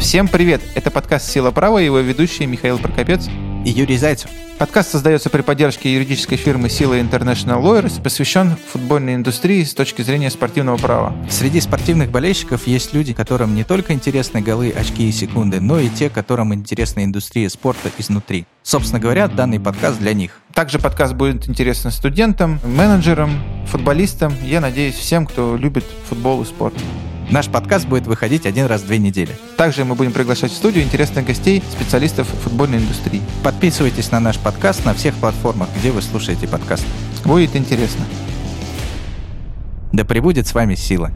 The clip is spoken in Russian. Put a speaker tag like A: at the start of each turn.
A: Всем привет! Это подкаст «Сила права» и его ведущие Михаил Прокопец
B: и Юрий Зайцев.
A: Подкаст создается при поддержке юридической фирмы «Сила International Lawyers», посвящен футбольной индустрии с точки зрения спортивного права.
B: Среди спортивных болельщиков есть люди, которым не только интересны голы, очки и секунды, но и те, которым интересна индустрия спорта изнутри. Собственно говоря, данный подкаст для них.
A: Также подкаст будет интересен студентам, менеджерам, футболистам, я надеюсь, всем, кто любит футбол и спорт.
B: Наш подкаст будет выходить один раз в две недели.
A: Также мы будем приглашать в студию интересных гостей, специалистов футбольной индустрии.
B: Подписывайтесь на наш подкаст на всех платформах, где вы слушаете подкаст.
A: Будет интересно.
B: Да пребудет с вами сила.